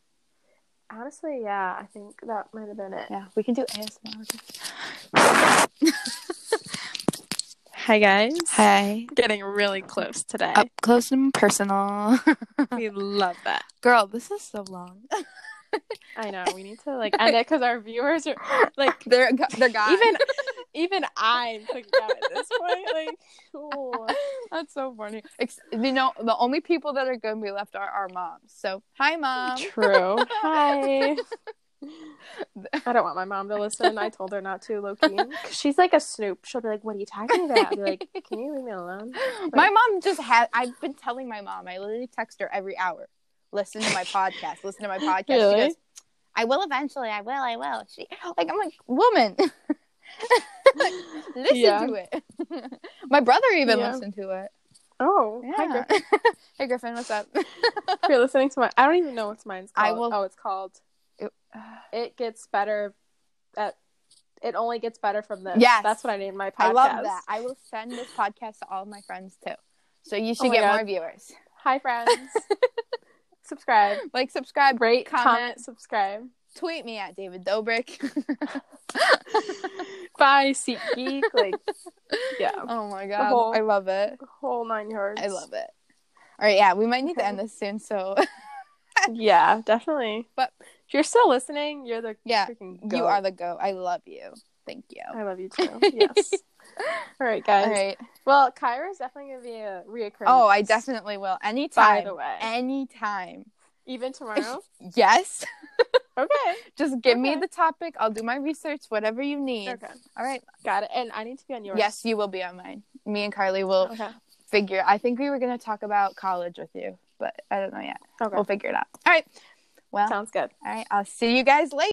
honestly, yeah, I think that might have been it. Yeah, we can do ASMR. Hi guys. Hey, Getting really close today. close and personal, We love that. girl. This is so long. I know. We need to like end it because our viewers are like They're they're gone. even even I'm clicked out at this point. Like, cool. that's so funny. Ex- you know, the only people that are gonna be left are our moms. So hi, mom. True. Um, Hi. I don't want my mom to listen. I told her not to, Loki. She's like a snoop. She'll be like, "What are you talking about?" I'll be like, "Can you leave me alone?" My mom just had. I've been telling my mom. I literally text her every hour. Listen to my podcast. Listen to my podcast. She Really? goes, I will eventually. I will. I will. She like. I'm like woman. listen Yeah. to it. my brother even Yeah. listened to it. Oh, hi, Yeah. Griffin. hey Griffin, what's up? If you're listening to my, I don't even know what's mine's called. I will- Oh, it's called. It gets better. At it only gets better from this. Yes. that's what I named my podcast. I love that. I will send this podcast to all of my friends too. So you should Oh my get God. more viewers. Hi, friends. subscribe. Like, subscribe, Rate, comment, comment, subscribe. tweet me at David Dobrik. Bye, Seat Geek. Like, yeah, oh my god, whole- I love it. whole nine yards. I love it. All right, yeah, we might need to Okay. end this soon. So it. Yeah, definitely. But- if you're still listening, you're the yeah, freaking you goat. are the go. I love you. Thank you. I love you too. Yes. All right, guys. All right. Well, Kyra's definitely gonna be a reoccurring. Oh, I guest, definitely will. By Anytime. the way, Anytime. even tomorrow. Yes. okay. Just give me Okay. the topic. I'll do my research, whatever you need. Okay. All right. Got it. And I need to be on yours. Yes, you will be on mine. Me and Carly will Okay. figure. I think we were going to talk about college with you, but I don't know yet. Okay. We'll figure it out. All right. Well, Sounds good. all right. I'll see you guys later.